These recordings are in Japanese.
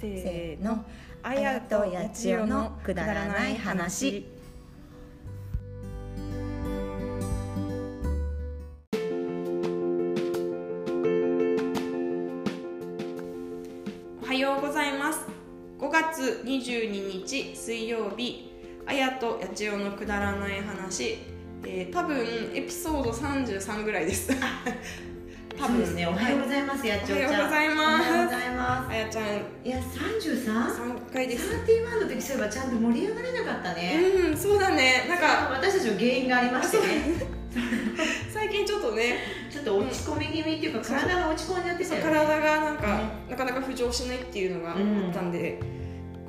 せせーーののあやとやちよのくだらない話おはようございます5月22日水曜日あやとやちよのくだらない話、えー、多分エピソード33ぐらいです多そう分ですねおはようございますやっちょうちゃんおはようございますおはようございまあやちゃんすいや三十三3回ですサーティワンの時そういえばちゃんと盛り上がれなかったね、うんそうだねなんか私たちの原因がありましてね最近ちょっとねちょっと落ち込み気味っていうか体が落ち込んじゃってたよね体がなんか、ねなかなか浮上しないっていうのがあったんで、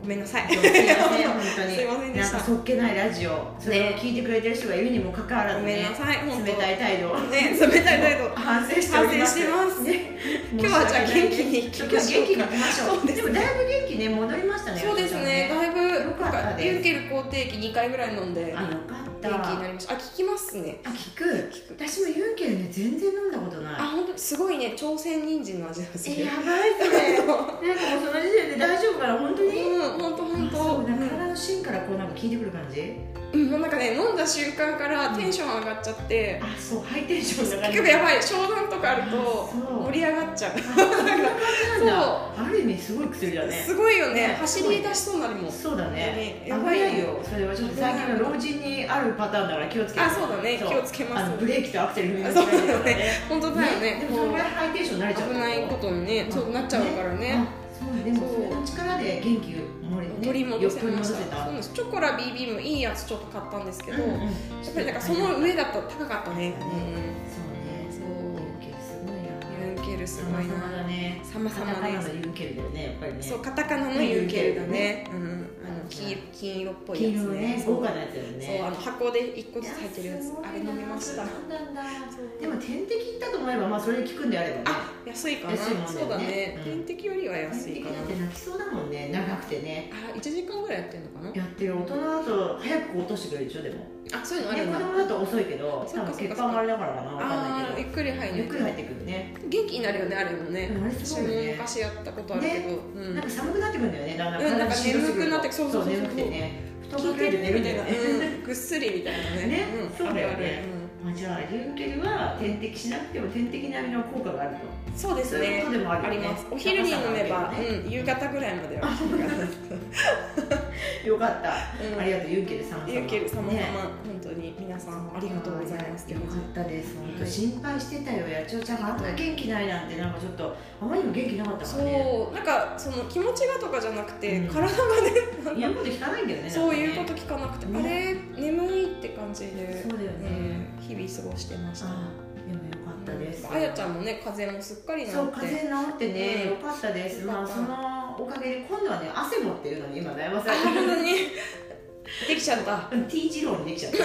ごめんなさいすいません本当にすいませんでしたなんかそっけないラジオそれを聞いてくれてる人がいるにもかかわら ごずめんねなさい本当冷たい態度ね冷たい態度反省しております反省してますね今日はじゃあ元気に今日は元気に行きましょうそうですでもだいぶ元気ね戻りましたねそうですね、だいぶ、よかったなんか、ですユンケル肯定期2回ぐらい飲んで、あよ元かっ気たになりました。あ、聞きますね。あ聞く私もユンケルね全然飲んだことないあ、本当にすごいね、朝鮮人参の味がすえる。やばいそ れなんかもうその時点で大丈夫から本当にうん、本当本当。そうなんか体の芯からこうなんか効いてくる感じうん、もうなんかね、飲んだ瞬間からテンション上がっちゃって、あそうハイテンションだから結局やばい、商談とかあるとあそう盛り上がっちゃう。あそんな感じなんだある意味すごい薬だねすごいよねね、走り出しそうになるもん。そうだねねややばばいいよよそれはちょっと最近の老人にあるパターンだから気をつけてあそうだね気をつけますあのブレーキとアクセル踏みあ間そう違えてるだからね、本当だよねで、もこそのうぐらいハイテンションになれちゃう危ないことにね、そうなっちゃうからね。あそうでもそれの力で元気を盛り,、ね、取り戻せましよく戻せたそたうなんですチョコラ BB もいいやつちょっと買ったんですけど、うんうんやっぱりなんかその上だと高かったね、そううそうねん、そユンケルすごいうユンケルすごな様い々なだね様々カタカナですのユンケルだよねやっぱりねそうカタカナのユンケルだね、うん、あの金金色っぽい黄やつ色ねねそう豪華なやつだよねそうあの箱で一個ずつ入ってるやいつすごいなあれ飲みましたそうなんだそうでも点滴行ったと思えばまあそれで効くんであればねあ安いかな安いもんだよねそうだね、うん点滴よりは安いかなだって泣きそうだもんね長くてねあ1時間ぐらいやってんのかやってる大人だと早く落としてくれるでしょでも、ね、なあそういうのあ子るんだ供だと遅いけどそ多っ分かそっかそっか血管があれだからかな分かんあなーいゆっくり入けるどゆっくり入ってくるね、元気になるよねあれもね、うんあれす私ごいもよね昔やったことあるけど、ねうんなんか寒くなってくるんだよねだんだんうんなんかしど眠くなってそうそうそうそう眠くてね布団聞かいてけてる寝るんだよねうん、ぐっすりみたいなねねん、そうだよねあるあるまあじゃあユンケルは点滴しなくても点滴並みの効果があるとうんそうですそういうねことでもあるあよねりますお昼に飲めば、高さがあるよねうん、夕方ぐらいまでは効くかなよかった、うんありがとうユンケルさんゆうける様々、ね本当に皆さんありがとうございますよかったです本当はい心配してたよやちおちゃんがあんな元気ないなんてなんかちょっとあまりにも元気なかったからねそうなんかその気持ちがとかじゃなくて、うん体がねなんか言うこと聞かないんだよねそういうこなんかとね聞かなくて、ねあれ眠いって感じでそうだよねうん日々過ごしてましたあでもよかったです、あやちゃんもね風邪もすっかり治ってそう風邪治ってね、うんよかったですまあそのおかげで今度はね汗持ってるのに今悩まさあれて本当る にできちゃったうん T 字路にできちゃ った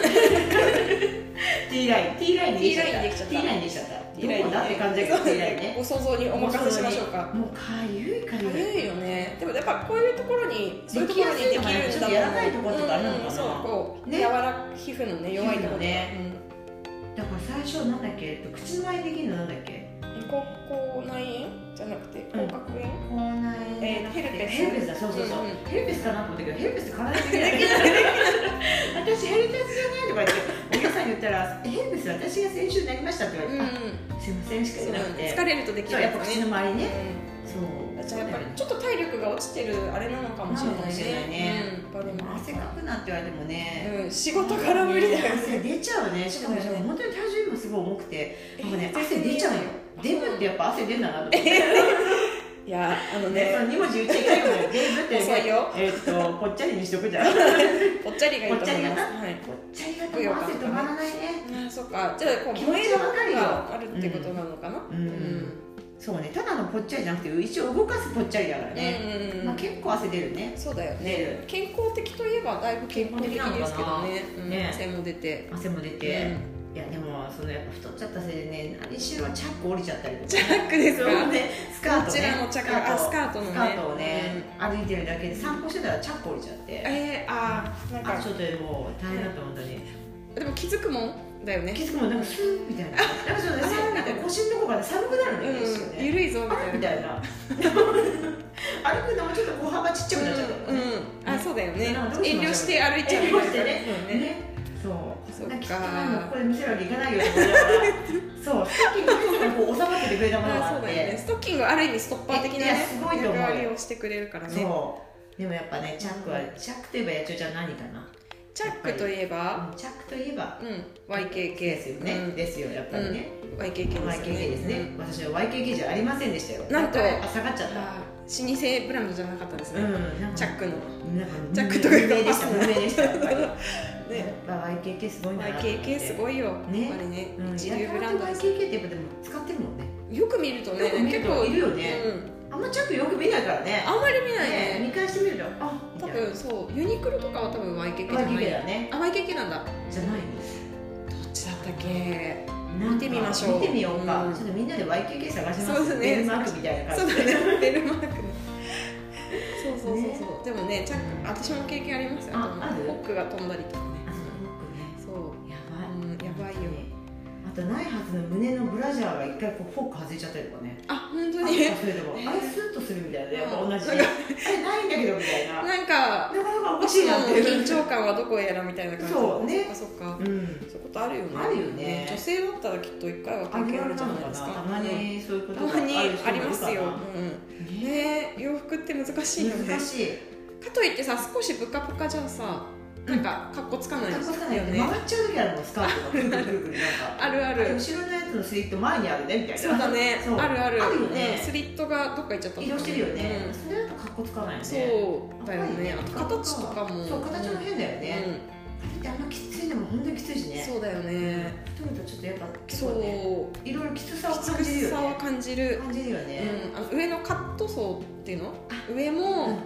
T ライン T ラインにできちゃった T ラインにできちゃったど T ラインこだって感じだけど T ラインね お想像にお任せしましょうかもうかゆいかゆい早いよねでもやっぱこういうところにそういうところにできるんだできやすいのかなちょっとやらないところとかあるのかなうんうんそうこう、ね柔ら皮膚のね弱いところねだから最初なんだっけ口の前できるのなんだっけうん口口内炎じゃなくて口角炎、口内えーヘルペスヘルペスだそうそうそう、うんうんヘルペスかなと思ったけどヘルペスって体にでき ない私ヘルペスじゃないとか言ってお客さんに言ったら「ヘルペス私が先週なりました」って言わうんれうてん、 「あすいません」しかそ言うえななくんでてす疲れるとできそうるやっやぱつ口ねの周りねうそうじゃあやっぱりちょっと体力が落ちてるあれなのかもしれないね,、うん、でも汗かくなって言われてもね、うん、仕事から無理だよ汗ね出ちゃうねしかもそうだよね本当に体重もすごい重くてなんかねえ汗出ちゃうよデブってやっぱ汗出んだなと思っていやあのね、そのね2文字言っちゃいけないかもよ。全部って、遅いよえーっ、と、ぽっちゃりにしとくじゃん。ぽっぽっちゃりがいいと思いますぽっちゃはいちゃりだと汗止まらないね。あそっかじゃあこう気持燃えちるはわかるよがあるってことなのかなうんそうね、ただのぽっちゃりじゃなくて、一応動かすぽっちゃりだからね。うんうんうんまあ、結構汗出るね。そうだよ出ねる健康的といえばだいぶ健康的ですけどねうんね汗も出て汗も出て。いや、でも、そのやっぱ太っちゃったせいでね、何しろチャック折れちゃったりとか。ジャックですかそうね、スカーこトね。ちらのチャックあスカートのねスカートをね、歩いてるだけで散歩してたらチャック折れちゃって。えー、あーなんあ、かちょっともう大変だった、本当に。でも気づくもんだよね気づくもなんかスーみたいな。なんかちょっとね、寒いみたいな腰のとこがね寒くなるんだよね、一瞬うんね。緩いぞみあたみいなたいな歩くのもちょっと歩幅ちっちゃくなっちゃったもんね、うん、うん、あそうだよねなんかどうし遠ましょう慮して歩いちゃう遠慮してねそうねねそうそっかなんきっとなんかこれ見せるわけいかないよと思いながらそうさっきのこう収まっててくれたものがああそっうだよねてストッキングはある意味ストッパー的な、ね、いやすごいと思う役割をしてくれるからねそうでもやっぱねチャックはチャックといえば野鳥ちゃん何かなチャックといえば、チャックといえばうん、YKK ですよね、ですよやっぱりね、うん、YKK ですよね YKK ですね、うん私は YKK じゃありませんでしたよなんとあ下がっちゃったあー老舗ブランドじゃなかったですうね、んなんかチャックのなんかチャックとか無名でした無名 でしたやっぱりやっねぱ YKK すごいな YKK すいごいよ、ねやっぱりね、うん、一流ブランドやでたらす YKK ってやっぱでも使ってるもんねよく見るとねよく見る結と構いるよねうん、あんまチャックよく見ないからねあんまり見ないねね見返してみるとあ多分そうユニクロとかは多分 YKK じゃない YKK だねあ YKK なんだどじゃないっちだったっけの見てみましょう見てみようか、うんちょっとみんなで YKK 探しますそうですねベルマークみたいなそ感うじだでねベルマークねそうそうそうそう、でもねチャック私も経験ありますよああるホックが飛んだりとかねあそうそうねやばい、うんやばいよあとないはずの胸のブラジャーが一回こうフォーク外れちゃったりとかねあ本当あにそういうのもあれスーッとするみたいなやっぱうん同じあなんれかないんだけどみたい ななかなんかなかおもかししいもなっていう緊張感はどこへやらみたいな感じそうねそっかそっかうんそういうことあるよねあるよね女性だったらきっと一回はあ経る験ああるるじなゃのないかですなかたまにそういうことたまにる人もあいりるかまなすよ、うん、ねね洋服って難しいよね難しいかといってさ少しブカブカじゃさなんかかっこつかないかっこつかないよよねね回っちゃう時あるもんスカートがぐるぐるぐるぐるなんか あるある後ろのやつのスリット前にあるねみたいなそうだねそうあるあるあるよねうんスリットがどっか行っちゃったとか移動してるよね、それだとかっこつかないようんねそうだよねあと形とかもそう形も変だよね、うんあれってあんまきついのも本当にきついしねそうだよね太るとちょっとやっぱ結そ構うねいろいろきつさをきつ感じるよさをね感じる感じるようね、んあの上のカット層っていうの上うも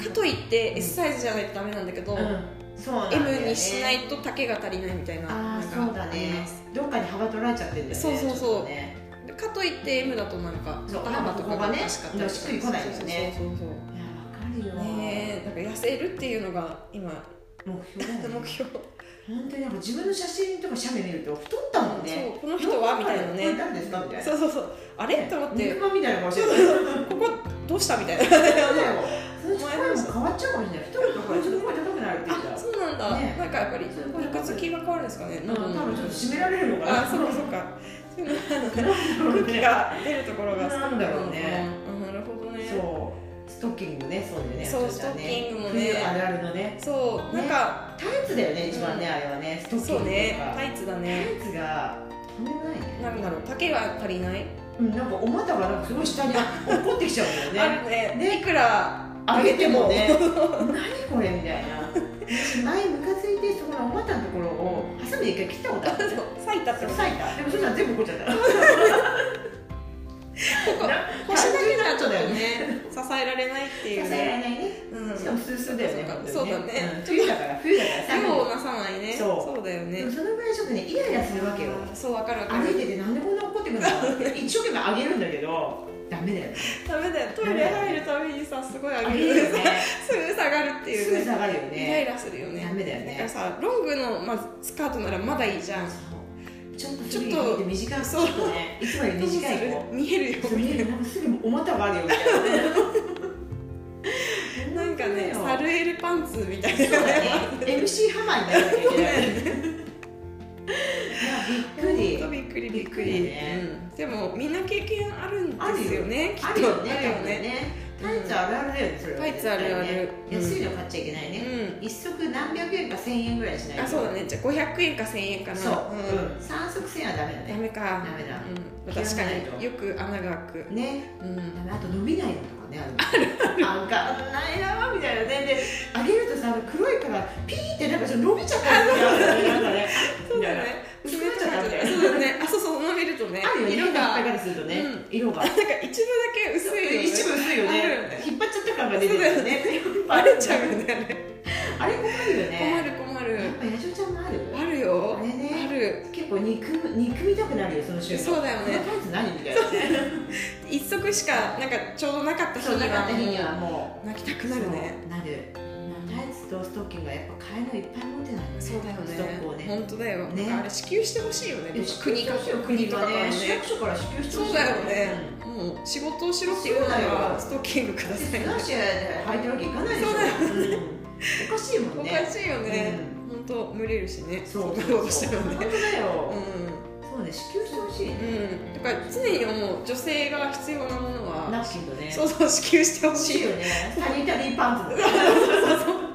んかといってうん S サイズじゃないとダメなんだけどうんそうなんだよね M にしないと丈が足りないみたいなああなんそかうだありねますどっかに幅取られちゃってるんだよねそうそうそうちょっとねでかといって M だとなんかそう肩幅とかがおかしかったりとしっくりこないよねそうそうそうそういやわかるよ、ねえなんか痩せるっていうのが今目標だよね目標本当になんか自分の写真とか写メ見ると太ったもんねそうこの人はみたいなこれね誰ですかみたいなそうそうそうあれと思って肉まんみたいな顔してるここどうしたみたい なその声も変わっちゃうかもしれない太ると声ちょっと声高くなるって言っあそうなんだ、ねなんかやっぱりそういうこと肉付きが変わるんですかねたら喉うん多の分ちょっと締められるのかなあそうかそう かそういうのう空気が出るところがなんだろうねあなるほどねそうストッキングねそうだよねそうあとじゃあねストッキングもね冬あるあるのねそうなんか、タイツだよね一番うね、あれはねストッキンそうグとねか、タイツだねタイツがとんでもないねなんだろう丈が足りない、うんなんかお股がなんかすごい下に落っこってきちゃうんだよあねるねいくら上げてもね何これみたいな前ムカついてそこのお股のところをハサミで一回切ったことあ そうる咲いたってことさいたでもそしたら全部こっちゃったここな腰だけじゃちょっと単純なことだよねね 支えられないっていう支えらねれないねうんしかもスースーだよねそうかそう本当にだねうん冬だから冬だから寒い量をなさないねそうだよでねもそのぐらいちょっとねイライラするわけよそうわかるわか歩いるててなんでこんな怒ってくるんだろう一生懸命あげるんだけどダメだよねダメだよトイレ入るためにさすごい上あげげるるよねすぐ下がるってすいうぐね下がるよイライねラするよねダメだだよからねさロングの、まあ、スカートならまだいいじゃんそうちょっとちょっとちょっと短いそうそうねいつもより短い子見えるよそうみ見たいえるなんかすぐお股があるよみたいなななんかねサルエルパンツみたいなそうだね MC ハマーにならなきゃいけないいやびっほんくとりびっくりびびっっくくりりねうんでもみんな経験あるんですよねきっとあるよねあるよね多分ねタイツあるあるだよねそれはねタイツあるあるうん安いの買っちゃいけないねう一足何百円か千円ぐらいしないん、とあそうだねじゃあ500円か1000円かなそううんうん三足千円はダメだダねメかダメだうん、確か切らないとによく穴が開く、ねうん、あと伸びないのとかねあるあるあんかあんないなみたいなねで 上げるとさあの黒いからピーってなんかちょっと伸びちゃったりするやつあるよねなんかねそうだね薄くなっちゃったみたいなそうだねあそうそう伸びるとねあるよね色色がが引っなんかかかりするとねうん色が一部だけ薄いよね一部薄いよあるよねね引っ張っちゃった感が出てるよね バレちゃうよねねあれあれ困るよね困る困るやっぱ野鳥ちゃんもあるあるよあれねある結構憎む憎みたくなるよその瞬間そうだよねこのタイツ何みたいなね一足しかなんかちょうどなかった日そうになかった日にははも泣きたうくなるねそうなるなんタイツとストッキングはやっぱ買えのいっぱい持ってないよねそうだよストックをねね本当だよ、ねなんかあれ支給してほしいよねいや国か国とかからねね市役所から支給してほそしいうだよね、もう仕事をしろって言うなそうだらよストッキングくださいフラッシュで履いてるわけいかないでしょそうだようんおかしいもおんかねしいよね、本当群れるしねそうそそんうなこそうとしたよ本当ねうだよんそうね支給してほしいねうん、だから常に思う女性が必要なものナはッキングねそうそう支給してほ欲ししいいよねサニタリーパンツ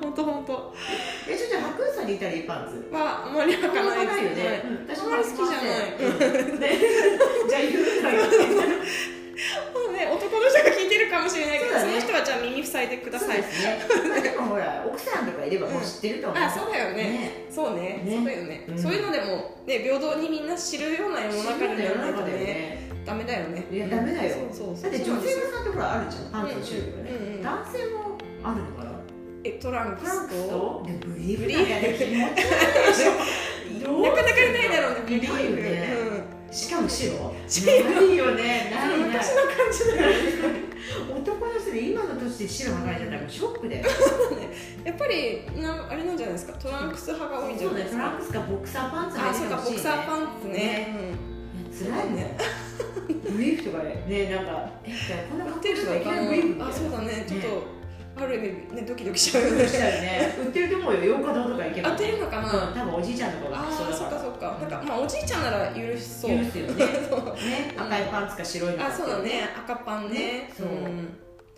本当本当 えちょっと履くサニタリーパンツはあんまり履かないないよですねうんあんまり好きじゃないう んねじゃあ言うなよそうね男の人が聞いてるかもしれないけどそそ,、うだねの人はじゃあ耳塞いでくだそうさでいすねまあでもほら奥さんとかいればもう知ってると思うあそうだよねそうねねそうだよね、うんそういうのでもね平等にみんな知るような世の中にならないとねダメだよねいやダメだよそうそだうってそうな女んです性よがさってほらあるじゃんパンツの種類がね、うんうんうん男性もあるのかなえトランクトラスンクとスとでブリーフなんかね気持ち悪いでしょなかなかいないだろうねブビリリーーフフ、 ね、しかも白白ないよねないうん、ない昔の感じだよね男の人で今の年で白がないじゃん多分ショックだよやっぱりなあれなんじゃないですかトランクス派が多いんじゃないですトランかクスかボクサーパンツあそうかボクサーンパンツねツ辛いねブリーフとか ねなんかえこんなうん、売買っっるててる人人ががいいいかなきなりブリーフあそうだねちょっと、ねある意味ねドキドキしちゃうよねね売ってると思うよ洋歌堂とか行けば当てるのかな、うん多分おじいちゃんとかがああだそっかからそっかなんかまあおじいちゃんなら許しそう許すよねそうね赤いパンツか白いのかあそうだね赤パンね、ねそうん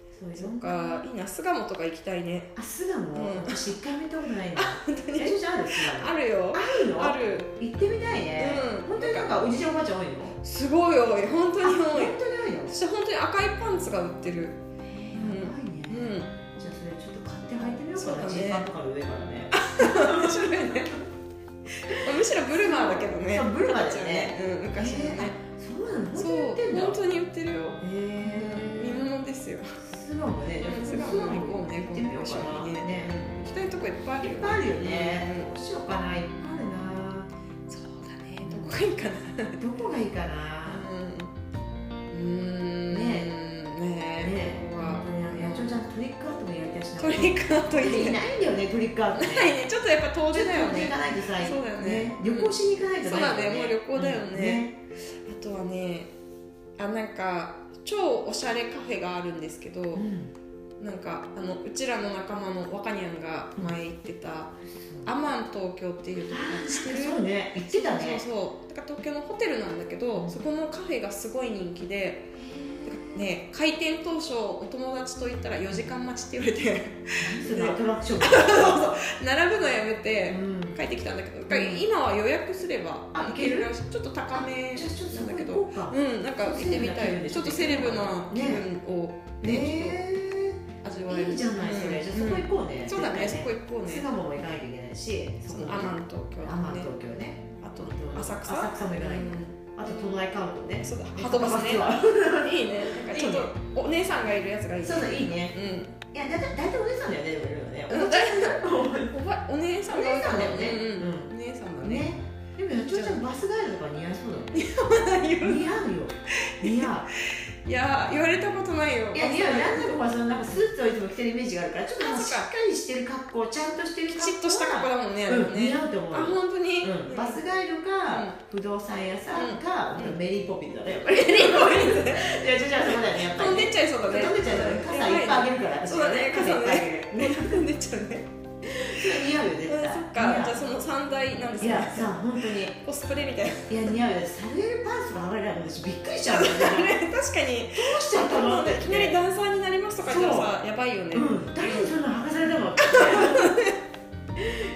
そうそよっかいいな巣鴨とか行きたいねあ巣鴨、うん私一回も見たことないな本当えにじゃあ ある巣あるよ鴨あるのある行ってみたいね、うん本当になんかおじいちゃんおばあちゃん多いのすごい多い本当に多い本当に多いの、私本当に赤いパンツが売ってるえうんやばいうんね、じゃあそれちょっと買って履いてみようかそうだなねジーパンとかの上からね面白いね むしろブルマーだけどねそうブルマだよねうん昔のね、そうなの本そ当に売ってんうだ本当に売ってるよへ見物ですよー巣鴨ね巣じゃあ鴨行こうね行ってみようかなねね行きたいとこいっぱいあるいよっぱいあるよね、どうしようかないっぱいあるそうだねどこがいいかななどこがいいかなうんうんねねねここ本は当にあの野鳥ちゃんトリックアートもやりたいしなトリックアートいいいねないんだよねトリックアートねないねちょっとやっぱ遠ちょ出っとだよ行っていねかないとさそうだよね旅行しに行かないとないよそうだねもう旅行だよねあとはねあなんか超おしゃれカフェがあるんですけど、うんねなんかあのうちらの仲間の若にゃんが前行ってた、アマン東京っていうとこが知ってるそうね行ってたねそうそうなんか東京のホテルなんだけど、そこのカフェがすごい人気で、ね、開店当初お友達と行ったら4時間待ちって言われてそのアトラクショ ン並ぶのやめてうん帰ってきたんだけど、ん今は予約すればあ行けるらしいちょっと高めじゃあちょっとなそんだこけど行こうかうんなんか行ってみたそういうのが気分いでちょっとセレブな気分を、ねえちょっと味わえーるいいじゃないそれじゃあそこ行こううねんそうだねそこ行行こうね巣鴨も行かなきゃいけないしそそのこアマン東京アだマンね東京ねあと浅浅草草も行かないうんあと都内観光ねそうだハトバスねハいいねなんかちょっいいとお姉さんがいるやつがいいそうだいいねうんいやだいたい大体お姉さんだよねでもいるのうんねおばお姉さんが多いかもお姉さんだよねうんうお姉さんだね ねでも野鳥ちゃんバスガイドとか似合いそうだ ね似合うよ似合いやー言われたことないよういや似合うランナとかそのなんかスーツをいつも着てるイメージがあるからちょっとなんかしっかりしてる格好ちゃんとしてるき格好ちっとした格好だもんねあれもうん似ね合うと思うあ本当にうん、バスガイドか、不動産屋さんうか、んあとメリーポピンズだねやっぱりいペリーコインズねやじゃあじゃあそうだよねやっぱり飛んでっちゃいそうだね飛んでっちゃうよね傘いっぱいあげるからそうだね私傘いっぱいあげるね飛んでっちゃうね似合うようん絶そっ対かじゃあその三大なんですいやいやねさ本当にいコスプレみたいな や似合うよサルエルパンツとか剥がれたら私びっくりしちゃうよね確かにどうしちゃったのっていきなりダンサーになりますとか言ったらさやばいよね、うもん誰にそんなの剥がされたのって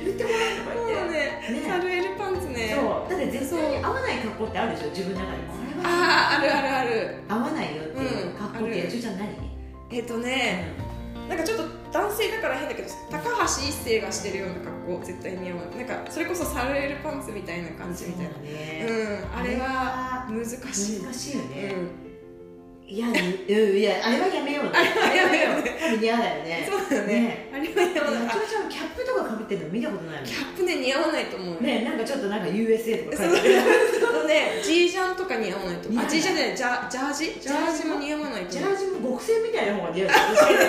言ってもらえとかう言ってねねサルエルパンツねそうだって絶対に合わない格好ってあるでしょ自分の中でこれはあああるあるある合わないよっていう格好っうんあてる野鳥ちゃん何えっ、とねなんかちょっと男性だから変だけど高橋一生がしてるような格好絶対似合わないなんかそれこそサルエルパンツみたいな感じみたいなねうんあれは難しい難しいよね、うんいや、うん、いや、あれはやめようね。あれはやめようね多分似合わないよね。そうだよねねあれは似合わいないやあちょいちょいキャップとかかぶってるの見たことないも。キャップね似合わないと思うんね、なんかちょっとなんか USA とそか書ういてある。あのねジージャンとか似合わないと似合思わうあジないージャンじゃないジャジャージジャージも似合わないとジ思ャうージも極性みたいな方が似合う。あれ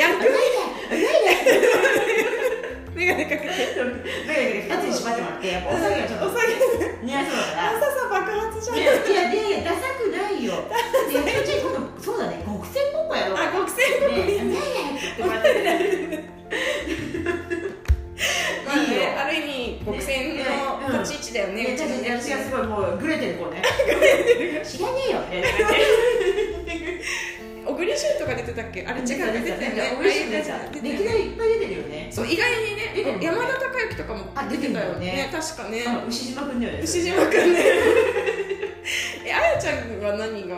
ヤングだ眼鏡かけてで二つに縛ってもらってやっぱお酒がちょっおと酒似合いそうだから朝さ爆発じゃんいやいや、ダサくないよ。いや、ちょいちょい今度、そうだね、極戦高校やろう。あ国際ねえ、ねえ、って言ってもらってね。まあね、ある意味国選の立ち位置だよね、めうっちちゃのね私がすごいもうグレてる子 ね。知らねえよ。みたいな感小栗旬とか出てたっけあれ違うじで出てたよね嬉しいね。出歴てた代よねいっぱい出てるよね。そう意外に出てるねね山田孝之とかもあ出てたよね出てるよね確かねあ牛島くんだよね。牛島くんねえあやちゃんは何が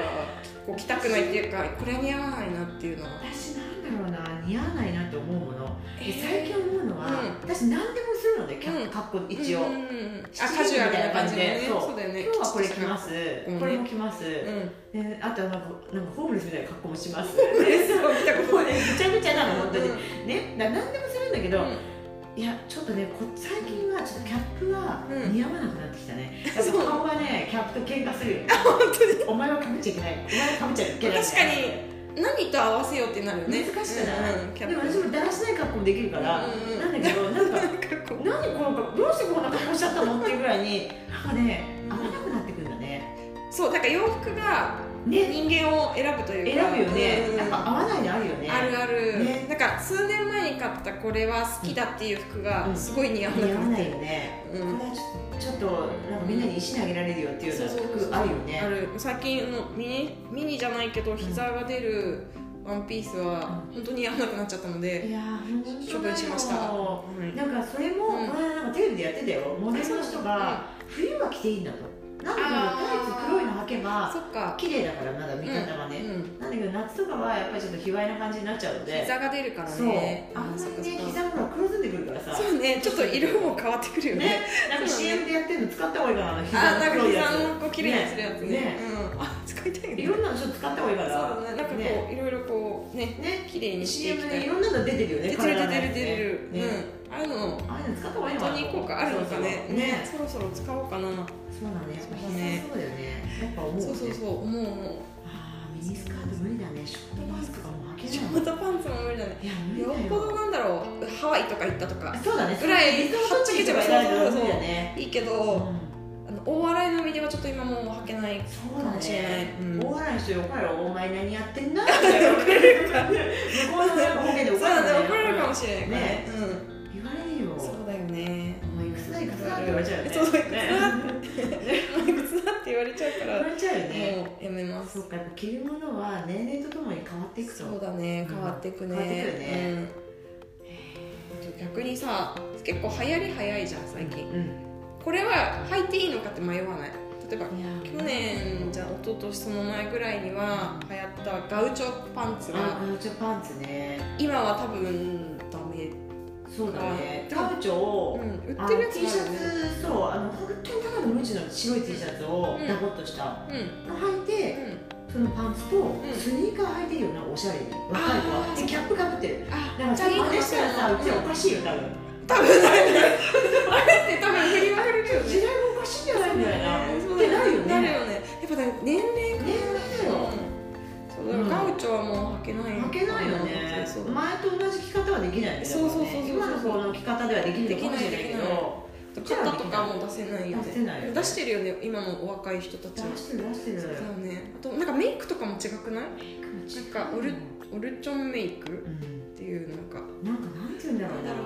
こう着たくないっていうかこれ似合わないなっていうのは私なんだろうな、似合わないなって思うもの。えで最近思うのは、うん私何でもするので、うん格好一う応。んうんうんあカジュアルな感じのねそうそうだよね今日はこれ着ます、うんこれも着ます、うんね、あとはなんかなんかホームレスみたいな格好もします。えすごい着たこと もなういねぐちゃぐちゃなの本当にうんねな何でもするんだけうど、いやちょっとねこ最近はちょっとキャップはうん似合わなくなってきた ね、やっぱそう顔がねキャップと喧嘩するよね本当にお前はかぶっちゃいけないお前はかぶっちゃいけない確かに何と合わせようってなるよね難しくない、うんうんキャッでプも私もだらしない格好もできるから、うんうんなんだけどなんかなんかこう何この格好どうしてこんな格好しちゃったのっていうぐらいになんかね合わなくなってくるんだねそうだから洋服がね人間を選ぶというか選ぶよね、うんやっぱ合わないのあるよねあるある、ねなんか数年前に買ったこれは好きだっていう服うがんすごい似合わな似合わくなっなていよねる、うこれんはちょちょっとなんかみんなに石投げられるよっていうようそうそうなそう服あるよあねる最近のミニミニじゃないけど膝が出るワンピースは本当に似合わなくなっちゃったのでいやー本当だよ処分しました、はいなんかそれも、うんこれなんかテレビでやってたよモデルの人が冬は着ていいんだとなんだけどタイツ黒いの履けばそっか、綺麗だからまだ見方がうね、ん、なんだけど夏とかはやっぱりちょっと卑猥な感じになっちゃうので膝が出るからそうねあんまそっりかそねっか膝もほら黒ずんでくるからさそうねちょっと色も変わってくるよねねなんか CM でやってるの使った方がいいかなあのあ膝なのんか黒いや膝のこう綺麗にするやつねねうん、あ使いたいよつねいろんなのちょっと使った方がいいかそうらだねなんかこう、ねいろいろこうねね綺麗にしてい CM きたい、でいろんなの出てるよね出てる出体のてやるつ出てねる、ねうんああいうのああいうの使った方がいい本当のかなに効果あるのかねそうそうそうねそろそろ使おうかな、そうなのねやっぱそうだね膝そうだよねやっぱ思うねそうそうそう思う思あーミニスカート無理だねショートパンツとかも履うけシないョもんートパンツも無理だねいや無理よだっよぽどなんだろうハワイとか行ったとかそうだねぐらいはっちゃけちゃえばそうだねいいけうんど、あの大洗の身ではちょっと今もう履けないかそうだもしれない、ねうん、大笑いして怒られるお前何やってんなって言われる向こうの親がボケでそう怒だられるね怒られるかもしれないからねねう言われるよん、そうだよねお前いくつだいくつだって言われちゃうよねそうそういくつだねお前靴だって言われちゃうか言わられちゃうよねもうやめますそうかやっぱ着るものは年齢とともに変わっていくとそうだね変わってくね,、変わってくよねうん、逆にさ結構流行り早いじゃん最近うんこれは履いていいのかって迷わない例えばいやー去年じゃ一昨年その前ぐらいには流行ったガウチョパンツあがガウチョパンツね今は多分ダメ、そうだねあガウチョをうん、売あっのてるやつ T シャもあるよねツそうあの本当にただの無地の白い T シャツをうんダボっとした、うん履いてうんそのパンツとんスニーカー履いてるよなおしゃれに若い子あはーでキャップかぶってるあだからそれ真似したらさうちらおかしいよ多分多分ないねあれって多分振り分けるけどね時代もおかしいんじゃないんだよなそうっだてよなるよなるねよねやっぱね年齢年齢だよそうだからガウチョはもう履けない負けないよねそうそう前と同じ着方はできないよねそうそうそうそう今の子の着方ではできるかもしれないけできないできないど肩とかも出せないよね出せないよね出してるよね今のお若い人た出ちはしてる出してるそうだよねあとなんかメイクとかも違くないなんかオルオルチョンメイクうんっていうなんかなんかなんて言うんだろなんだろう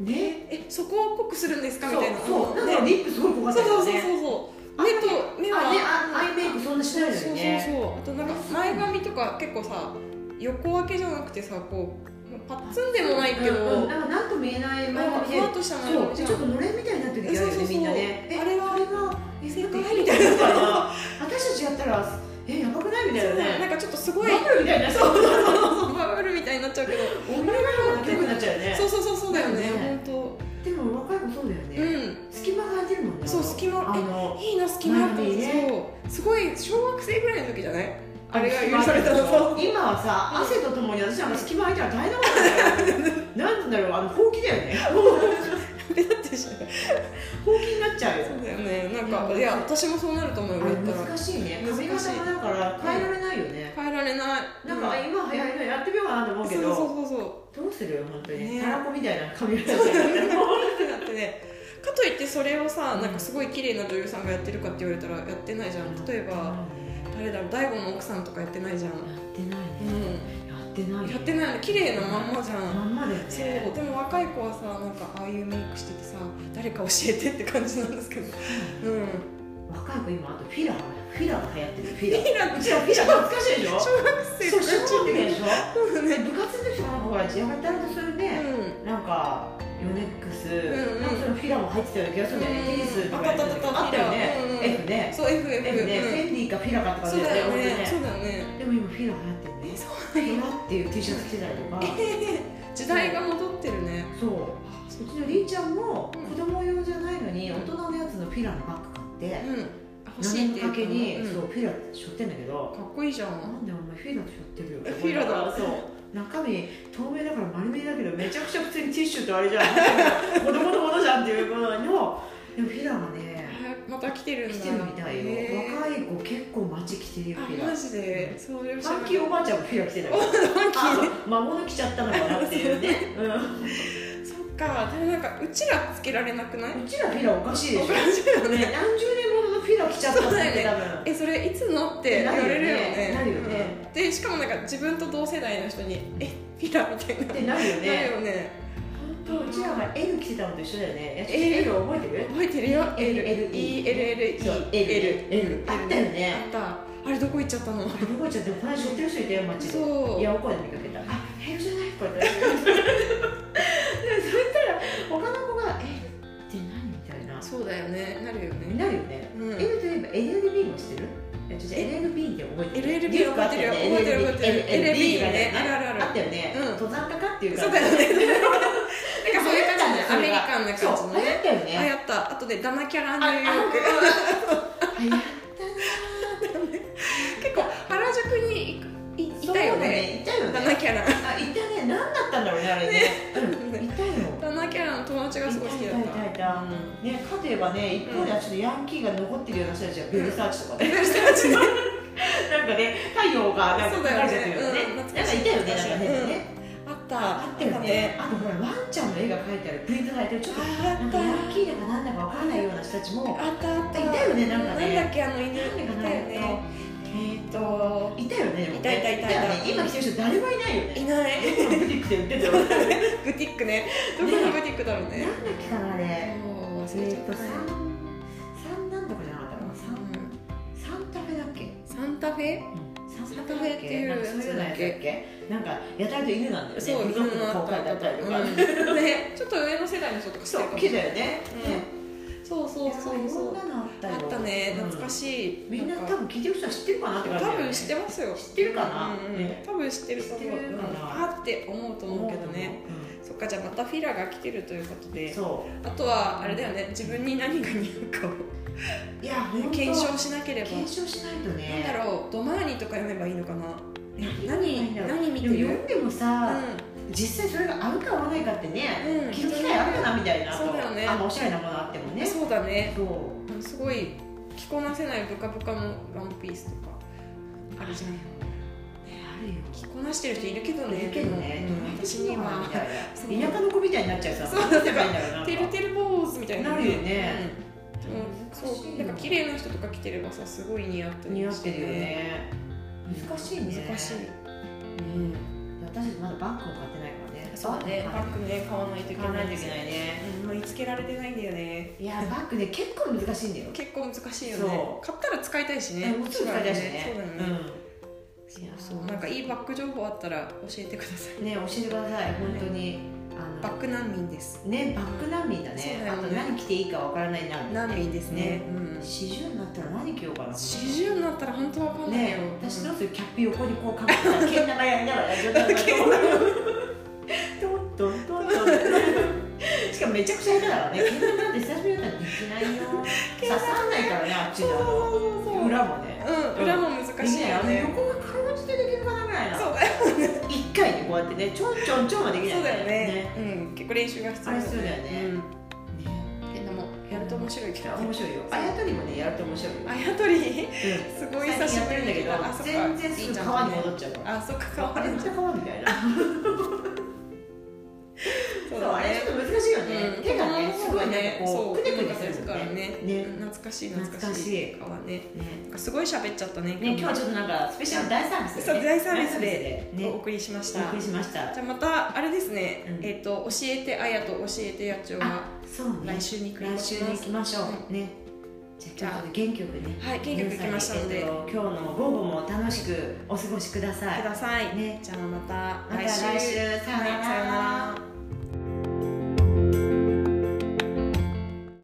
うなねえそこを濃くするんですかみそうたいなそうなんねかリップすごい濃かそうったそうそうよそうねそう目と目はあねあアイメイクそんなしないのそうそようねそうあとなんか前髪とか結構さ横分けじゃなくてさこうパッツンでもないけど、うんうんなんかなんと見えないなんかふわっとした前そ髪うじちゃんょっとのれんみたいになってる時あそるようそうねそうみんなねえあれはそれがえ正解なんかみたい な私たちやったらえやばくないみたいななねんかちょっとすバごいブルみたいなそうバブルみたいになっちゃうけどお前が悪くなっちゃうよねそうそうそうそうだよねね本でも若い子そうだよ当ねう隙間が空いてるもんねんそう隙間あのえいいな隙間あって前にねそうすごい小学生ぐらいの時じゃないあれが許されたの隙 間そう今はさ汗とともに 私あの隙間空いたら大変なことだよなんて言うんだろうあのほうきだよねペタッってしまうほうきになっちゃうよそうだよねなんかうんいや私もそうなると思うよやったあれら難しいね難し髪い型もだから変えられないよね、変えられないなんか、あ今流行りのやってみようかなと思うんうそけうどそうそうそどうするよ本当にねタラコみたいな髪型うじゃんうだってねかといってそれをさなんかすごい綺麗な女優さんがやってるかって言われたらやってないじゃん例えば誰だろう大悟の奥さんとかやってないじゃんやってないねうやってないんねやってないの綺麗なまんまじゃんまんまだよねそうでも若い子はさなんかああいうメイクしててさ誰か教えてって感じなんですけどうん若い子今あとフィラーフィラーが流行ってるフィラ イラーンじゃあフィラー懐かしいでしょ小学生そうとか小学生でしそょうだでね部活の時もなんかほらやたらとするうね、んなんかヨネックス、んうんなんかそのフィラも入ってたような気がするんだよね、うんテニスとかあったあったあったあったよね、うんうん F ねそう FF F ね、フうェンディかフィラかとんかそうだよねそ本うだよね当ねでも今フィラ流行ってるねえそうフィラっていう T シャツ着てたりとか時代が戻ってるねそううちのりーちゃんもうん子供用じゃないのに大人のやつのフィラのバッグ買っうてん欲し何いっていう年かかけに、うんそうフィラしょってんだけどかっこいいじゃなんんでお前フィラしょってるよフィラだそう中身透明だから丸見えだけどめちゃくちゃ普通にティッシュってあれじゃん子供のものじゃんっていうことなのにもでもフィラがねあまた来てるんだ来てるみたいよ、へー若い子結構街来てるよフィあラマジでそれを知らフなかァンっキーおばあちゃんもフィラ着てたよたファンキーあそう孫の来ちゃったのかなっていうね、うそっか、でもなんかうちらつけられなくない？ん、うちらフィラおかしいでしょおかしいよね、ね。何十年もののフィラ来ちゃったんだよねそ多分え、それいつのって言われるよね。なるよねうん。で、しかもなんか自分と同世代の人にえ、ピラみたいな。っなるてなるよねよね。本当うちらが L 着てたのと一緒だよね L L 覚えてる覚えてるよ。L L E L L E そう L L あったよねあった。あれどこ行っちゃったの？あれ覚えちゃってこの間知ってる人いたよ街でそう。いやお声で見かけたあ L じゃないこれでそしたら他の子が L って何みたいなそうだよね。なるよね。なるよねうん。 L といえば LLB もしてるえちょっと LLB って覚えてる LLB 覚えてるよ。覚えてる覚えてる。LB ね。あるあるある。あったよね、うん登山家かっていうそ感うじだよね。なんかそういう感じね。そアれメリがカンなそ感じのう流ね。行ったよあ、ねやった。あとでダマキャラあニューヨーク。あ流行っ結構原宿にいいたたよそうだねいたよね7キャラあいたね何だったんだろうねあれねうんいたよ7キャラの友達がすごい好きだっいたいたいたたねかといえばね一方ではちょっとヤンキーが残ってるような人たちはベルサーチとかねなんかね太陽がなんかそうだよね描いてあるよねうんなん懐かかいしいたよねなんかねうんねあったあったよねあとほらワンちゃんの絵が描いてあるプリントされてるちょっとなあんっかたヤンキーだかなんだかわからないような人たちもあったあったいたよねなんかねなんだっけあの犬いたよなんだかなねえっといたよねでもねいたいたいたいたよね今来てる人誰もいないよいねないブティックで売ってたよなんだっグティックねどこのグティックだろうねけかなあれもうえ忘れちゃーっとた三三なんとかじゃなかったかなう三ん三タフェだっけサンタフェ三タフェっていうなんかそういうのやつだっけなんかやたらと犬なんだよねそうブロック犬ののあ公った開だったりとか、うんねちょっと上の世代の人とか知ってそるかうも来たよね、そうそうそういろそんうなのあったよあったね懐かい、しい、うんみんなか多分聞いてる人は知ってるかなって感じだ多よね分知ってますよ知ってるかなうんうんね多分知ってると思う知ってるかなあーって思うと思うけどね、そっかじゃあまたフィラが来てるということうんでそあとはあれだよね自分に何が似合うかういや本当を検証しなければ検証しないとなんねだろうドマーニとか読めばいいのかなえ何何何見てでるも読んでもうんさ、実際それが合うか合わないかってね、うん着る機会あるかなみたいなそうだよねあんまおしゃれなものあってもねそうだねそううんすごい着こなせないブカブカのワンピースとかあるじゃんねあるよ着こなしてる人いるけどねいるけどね、でもうん私にはみたいな田舎の子みたいになっちゃうさそうどすればいいんだろうなてるてる坊主みたいになるよね、うんそうなんか綺麗な人とか着てればさすごい似合って似合ってるよね難しいね難しい、うん私たちまだバッグを買ってないからねそうだねババッッグね買わないといグけ買わなないいとでいけすないねうん見つけられてないんだよねいやバッグね結構難しいんだよ結構難しいよそね買ったら使いたいしねもちろん買いたいしねそうだよね、うんいやそうなんかいいバッグ情報あったら教えてくださいね教えてください本当にあバのッグ難民ですねバッグ難民だそうねだよあねと何着ていいかわからない難民難民ですねうん四十になったら何着ようかな四十になったら本当わかんないねよ、私どうするキャップ横にこうかぶってたらけん玉やりながらやるトントントントンしかもめちゃくちゃ下手だからねけん玉なんて久しぶりだったらできないよ刺さらないからねあっちそうのそうそうそう裏もねうん裏も難しいよねね横が軽くてできるかなぐらいなそうだよ一回にこうやってねちょんちょんちょんはできないそうだよねうん、結構練習が必要あれ必要だよねうんねると面白いけどね面白いよあやとりもねやると面白いよあやとりうんすごい久しぶりに聞いたあそっか最近やってるんだけど全然すぐ川に戻っちゃうからあそっか川あれにめっちゃ川みたいなそそううだあれねちょっと難しいよね、うん手がねすごいねそこううくねくねするかもらんねねね懐かしい懐懐かかししいい川ねねなんかすごい喋っちゃったねね今日はちょっとなんかスペシャル大サービスそう大サービスでねお送りしましおた、送りしましたじゃあまたあれですね、うんえっ、と教えてあやと教えてやちおはあそうね来週に来来週に行きましょうねじゃあ今日の原曲ねはい原曲いきましたので、皆さんえっと今日の午後も楽しくお過ごしくださいください、ねじゃあままたた来週さよはいさようならなら